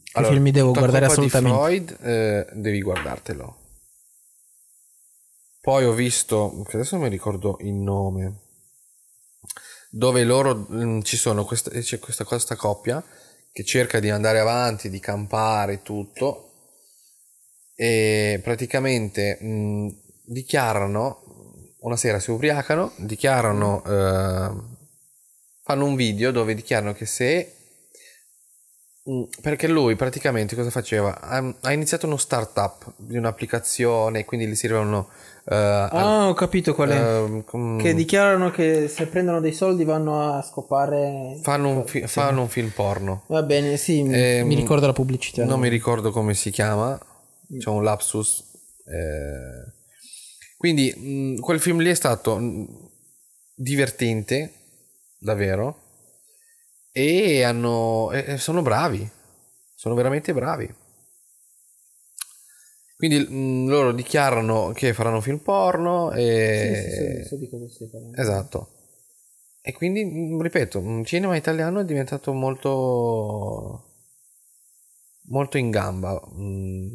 Che Allora, film mi devo tutta guardare colpa di assolutamente? Freud, eh, devi guardartelo. Poi ho visto, che adesso non mi ricordo il nome, dove loro mm, ci sono, questa, eh, c'è questa, questa coppia che cerca di andare avanti, di campare tutto e praticamente mm, dichiarano, una sera si ubriacano, dichiarano, eh, fanno un video dove dichiarano che se Mm, Perché lui praticamente cosa faceva? Ha, ha iniziato uno startup di un'applicazione, quindi gli servono. eh, al- Ah, ho capito qual è. ehm, com- che dichiarano che se prendono dei soldi vanno a scopare... fanno, un fi- fanno un film porno. Va bene, sì, mi- Ehm, mi ricordo la pubblicità. Non mi ricordo come si chiama, c'è un lapsus. eh. Quindi mm, quel film lì è stato mm, divertente, davvero. E hanno, e- e sono bravi, sono veramente bravi. Quindi mm, loro dichiarano che faranno film porno e... Sì, sì, sì, so di cosa stai parlando. Esatto. E quindi, mm, ripeto, il cinema italiano è diventato molto, molto in gamba mm,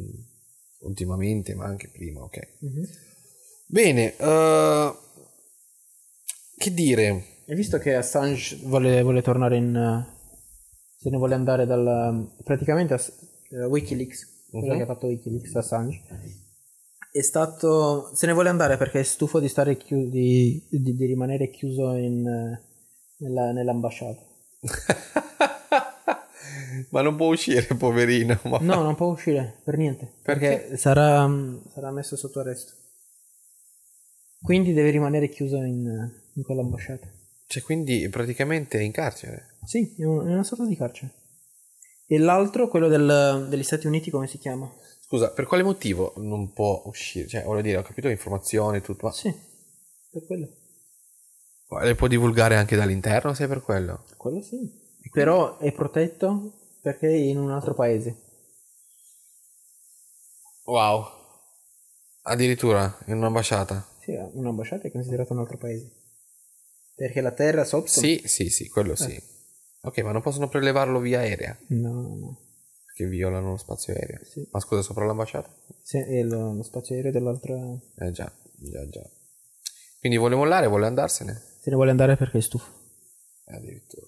ultimamente, ma anche prima, ok. Mhm. Bene, eh, che dire? Hai visto che Assange vuole, vuole tornare in... eh, se ne vuole andare dal... praticamente Ass- eh, Wikileaks, quello Mhm. che ha fatto Wikileaks Assange, è stato... se ne vuole andare perché è stufo di stare chiu- di, di- di rimanere chiuso in, eh, nella- nell'ambasciata. ma non può uscire, poverino. ma- No, non può uscire per niente. Perché, Perché? sarà, mm, sarà messo sotto arresto. Quindi deve rimanere chiuso in, in eh, quell'ambasciata. Cioè, quindi praticamente è in carcere. Sì, è un- è una sorta di carcere. E l'altro, quello del- degli Stati Uniti, come si chiama? Scusa, per quale motivo non può uscire? Cioè, voglio dire, ho capito informazioni e tutto, ma Sì, per quello. ma le può divulgare anche dall'interno se è per quello? Quello sì. Però è protetto perché è in un altro paese. Wow. Addirittura, in un'ambasciata. Sì, un'ambasciata è considerata un altro paese. Perché la terra sotto... Sì, Eh. sì, sì, quello sì. Ok, ma non possono prelevarlo via aerea, No, no, no. perché violano lo spazio aereo. Sì. Ma scusa, sopra l'ambasciata? Sì, è lo, lo spazio aereo dell'altra... Se Eh già, già, già. Quindi vuole mollare, vuole andarsene? ne vuole andare perché è stufo. Eh, Addirittura.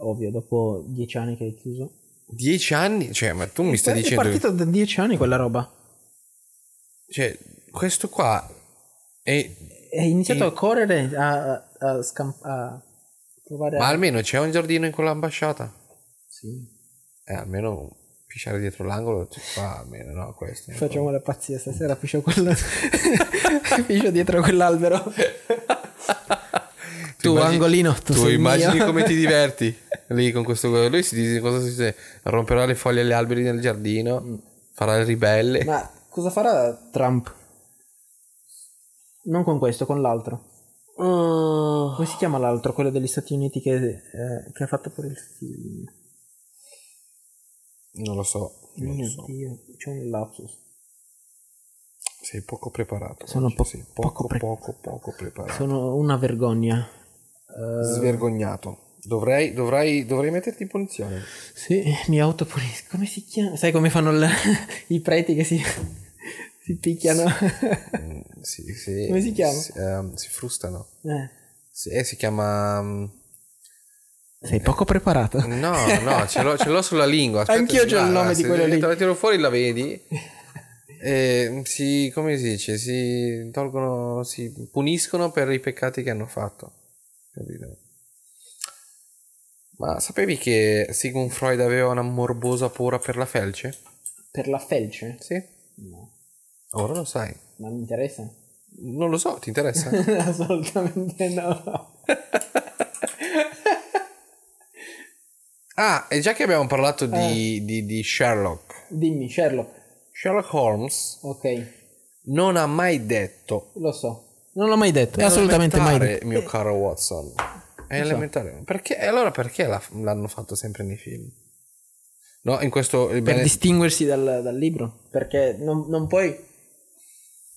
Ovvio, dopo dieci anni che è chiuso. Dieci anni? Cioè, ma tu mi stai è dicendo... partita da dieci anni quella roba. Cioè, questo qua è... È iniziato Sì. a correre, a, a, a scamp- a provare Ma a... almeno c'è un giardino in quell'ambasciata? Sì. Eh, almeno pisciare dietro l'angolo ti fa almeno, no? Questo. Facciamo la pazzia stasera, piscio, quella... piscio dietro quell'albero. Tu, immagini- angolino, Tu tu, sei immagini mio. come ti diverti lì con questo... Lui si dice cosa succede? Romperà le foglie agli alberi nel giardino, farà il ribelle. Mm. Ma cosa farà Trump? Non con questo, con l'altro. Mm. Come si chiama l'altro? Quello degli Stati Uniti che, eh, che ha fatto pure il film. Non lo so, non lo Mio so. Dio, c'è un lapsus. Sei poco preparato. Sono oggi, po- sei poco, poco pre- poco, poco preparato. Sono una vergogna. Eh, Svergognato. Dovrei, dovrei, dovrei metterti in punizione. sì, mi autopulisco. Come si chiama? Sai come fanno le- i preti che si, si picchiano? Mm, sì, sì, Come si chiama? sì, ehm, si frustano. Eh, Sì, eh, si chiama... mm, sei poco preparato. No, no, ce l'ho, ce l'ho sulla lingua. Aspetta, Anch'io c'ho il guarda, nome di se quello lì. te La tiro fuori la vedi. Eh, si, come si dice? Si tolgono, si puniscono per i peccati che hanno fatto. Capito? Ma sapevi che Sigmund Freud aveva una morbosa paura per la felce? Per la felce? Sì? No, Ora lo sai. non mi interessa. Non lo so, ti interessa? Assolutamente no. ah, e già che abbiamo parlato Eh. di, di- di Sherlock, Dimmi, Sherlock. Sherlock Holmes Ok, non ha mai detto lo so. Non l'ho mai detto, assolutamente mai Esatto. elementare, detto. mio caro Watson. È elementare. Perché, e allora perché la- l'hanno fatto sempre nei film? No, in questo... il Per bene- distinguersi dal, dal libro, perché non, non puoi...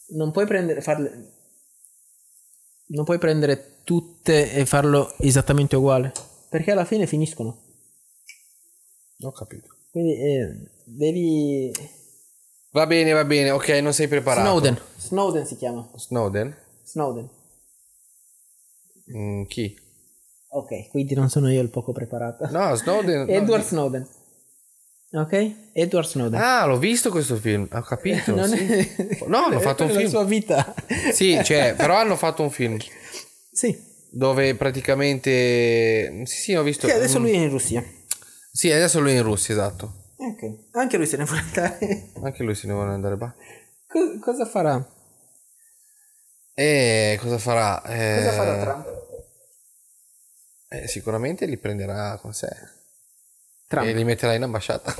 Non puoi prendere... Farle, non puoi prendere tutte e farlo esattamente uguale, perché alla fine finiscono. Ho capito. Quindi eh, devi... Va bene, va bene. Ok, non sei preparato. Snowden. Snowden si chiama. Snowden? Snowden. Mm, chi? Ok, quindi non sono io il poco preparato. No, Snowden... no, Edward di- Snowden. Ok? Edward Snowden. Ah, l'ho visto questo film. Ho capito. Non sì. è- Eh, No, hanno fatto un la film. sua vita. Sì, cioè, però hanno fatto un film Sì. dove praticamente... Sì, sì, ho visto... Sì, adesso Mm, lui è in Russia. Sì, adesso lui è in Russia, esatto. Ok. Anche lui se ne vuole andare. Anche lui se ne vuole andare. bah. Co- cosa farà? Cosa E cosa farà? Eh, farà Trump? eh, sicuramente li prenderà con sé. E Trump. li metterà in ambasciata.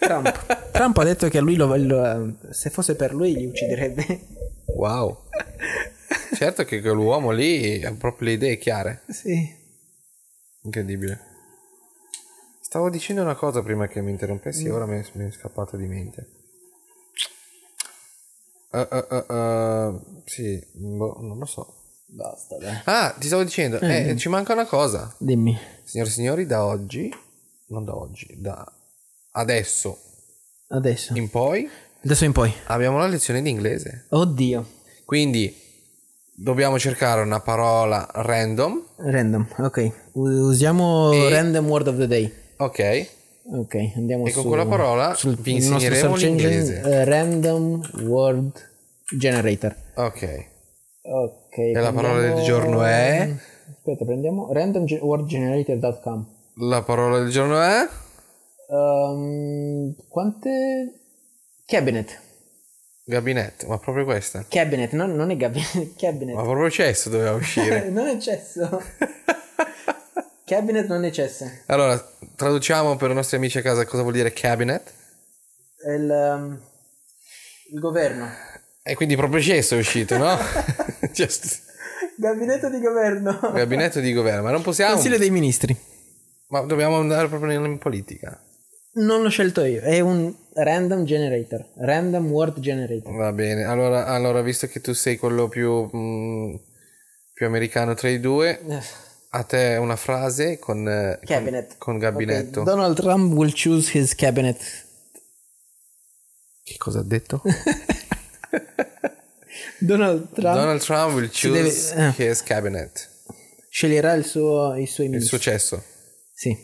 Trump. Trump ha detto che a lui lo, lo- se fosse per lui li ucciderebbe. wow. certo che quell'uomo lì ha proprio le idee chiare. sì. Incredibile. Stavo dicendo una cosa prima che mi interrompessi, Mm. ora mi è, mi è scappata di mente. Eh, eh, eh, eh, sì, boh, non lo so. Basta, dai. Ah, ti stavo dicendo, eh, ci manca una cosa. Dimmi. Signore e signori, da oggi, non da oggi, da adesso Adesso. in poi Adesso in poi. abbiamo la lezione di inglese. Oddio. Quindi dobbiamo cercare una parola random, Random. Ok. U- Usiamo random word of the day. ok? E Ok, andiamo con su- quella parola sul vi il nostro insegneremo search engine, l'inglese. eh, random word generator. Ok. E Ok. la parola del giorno è... Aspetta, prendiamo randomwordgenerator.com. La parola del giorno è... Ehm, quante cabinet? Gabinetto, ma proprio questa? Cabinet, no, non è gabinet, cabinet. Ma proprio cesso doveva uscire. non è cesso. cabinet non è cesso. Allora, traduciamo per i nostri amici a casa cosa vuol dire cabinet. È il, um, il governo. E quindi proprio cesso è uscito, no? Just- Gabinetto di governo. Gabinetto di governo, ma non possiamo... Consiglio dei ministri. Ma dobbiamo andare proprio in politica. Non l'ho scelto io, è un random generator, random word generator. Va bene, allora, allora visto che tu sei quello più, mm, più americano tra i due, a te una frase con, eh, Cabinet. con, con gabinetto. Ok, Donald Trump will choose his cabinet. Che cosa ha detto? Donald Trump Donald Trump will choose deve- eh. his cabinet. sceglierà il suo, i suoi Il ministri. successo. Sì.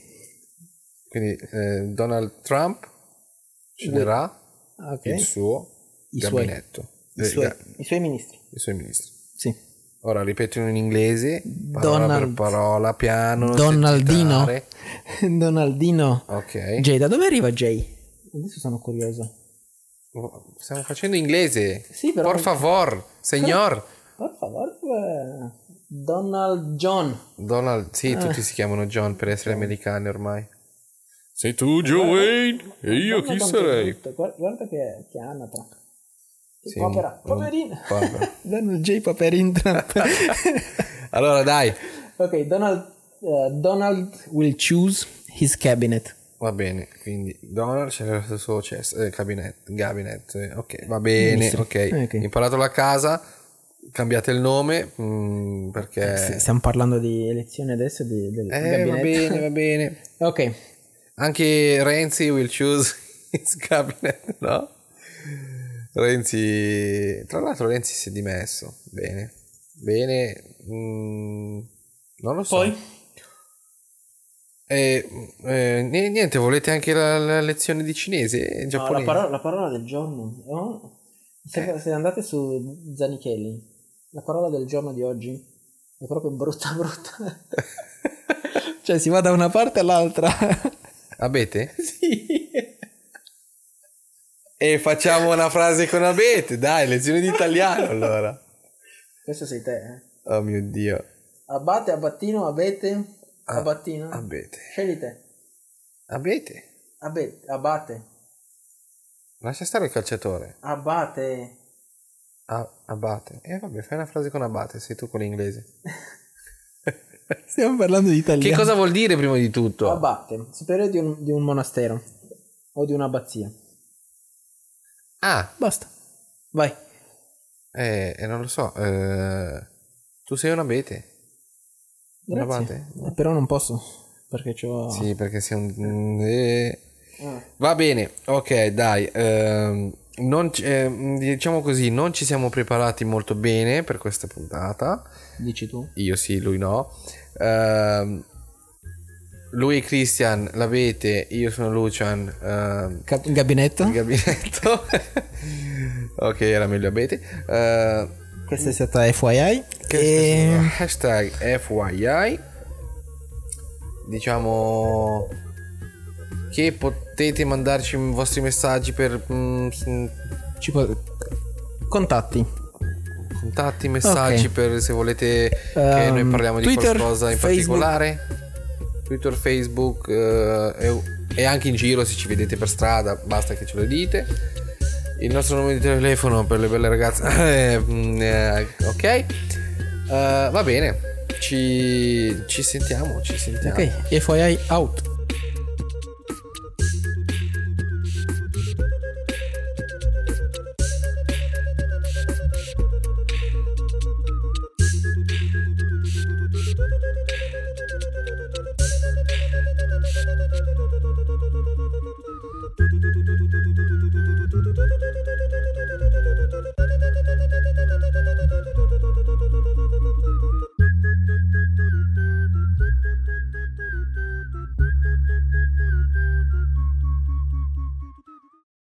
Quindi eh, Donald Trump sceglierà Ok. il suo I suoi. gabinetto. I, Eh, suoi, ga- I suoi ministri. I suoi ministri. Sì. Ora ripetono in inglese, parola Donald- per parola, piano. non Donaldino. esagerare. Donaldino. Ok. Jay, da dove arriva Jay? Adesso sono curioso. Oh, Stiamo facendo inglese. Sì, però- Por favor, signor. Per favore, eh, Donald John. Donald, sì, tutti si chiamano John per essere americani ormai. Sei tu Joe Wayne e io Guarda chi quanto è sarei? brutto, guarda- Guarda che, che anatra. Che Sì, Oh, Papera. un- Paperino. Papera. Donald J. Paperin Trump. Allora dai, ok, Donald, eh, Donald will choose his cabinet. va bene, quindi Donald c'è il suo cesso, eh, cabinet, gabinet, eh, ok, va bene, Ministri. ok. Ok. Imparato la casa, cambiate il nome, mm, perché... S- Stiamo parlando di elezioni adesso di, del Eh, va gabinetto. bene, va bene. Ok, Anche Renzi will choose his cabinet, no? Renzi, tra l'altro Renzi si è dimesso, bene, bene, mm, non lo so. poi Eh, eh, ni- niente, volete anche la, la lezione di cinese e no, la, giapponese? parola, la parola del giorno. no? Se, se andate su Zanichelli, la parola del giorno di oggi è proprio brutta brutta. cioè si va da una parte all'altra. Abete? sì. E facciamo una frase con abete, dai, lezione di italiano allora. Questo sei te. Eh. Oh mio Dio, Abate, abbattino, abete, Ah, abbattino. abete, Scegli te. abete, Abe- abate, lascia stare il calciatore, abate. A- abate, e vabbè, fai una frase con abate, sei tu con l'inglese. Stiamo parlando di italiano. Che cosa vuol dire prima di tutto? Abate, superiore di un, di un monastero o di un'abbazia. Ah, Basta. Vai. eh, eh, non lo so. eh, tu sei un abete? Un Grazie. abate? Eh, Però non posso perché c'ho... Sì, perché sei un... eh. Ah, Va bene, ok, dai. ehm, non ci- ehm, diciamo così, non ci siamo preparati molto bene per questa puntata. dici tu? Io sì, lui no. Ehm, lui è Christian, l'abete, io sono Lucian. ehm, Cap- gabinetto? il gabinetto. ok, era meglio abete. Ehm, Questa è stata FYI. Che e... hashtag FYI diciamo che potete mandarci i vostri messaggi per mm, s- ci po- Contatti. contatti messaggi Ok. per se volete che Ehm, noi parliamo di Twitter, qualcosa in Facebook. particolare Twitter, Facebook eh, e, e anche in giro se ci vedete per strada basta che ce lo dite il nostro numero di telefono per le belle ragazze eh, mm, eh, ok Eh, va bene ci, ci sentiamo ci sentiamo Ok, FYI out.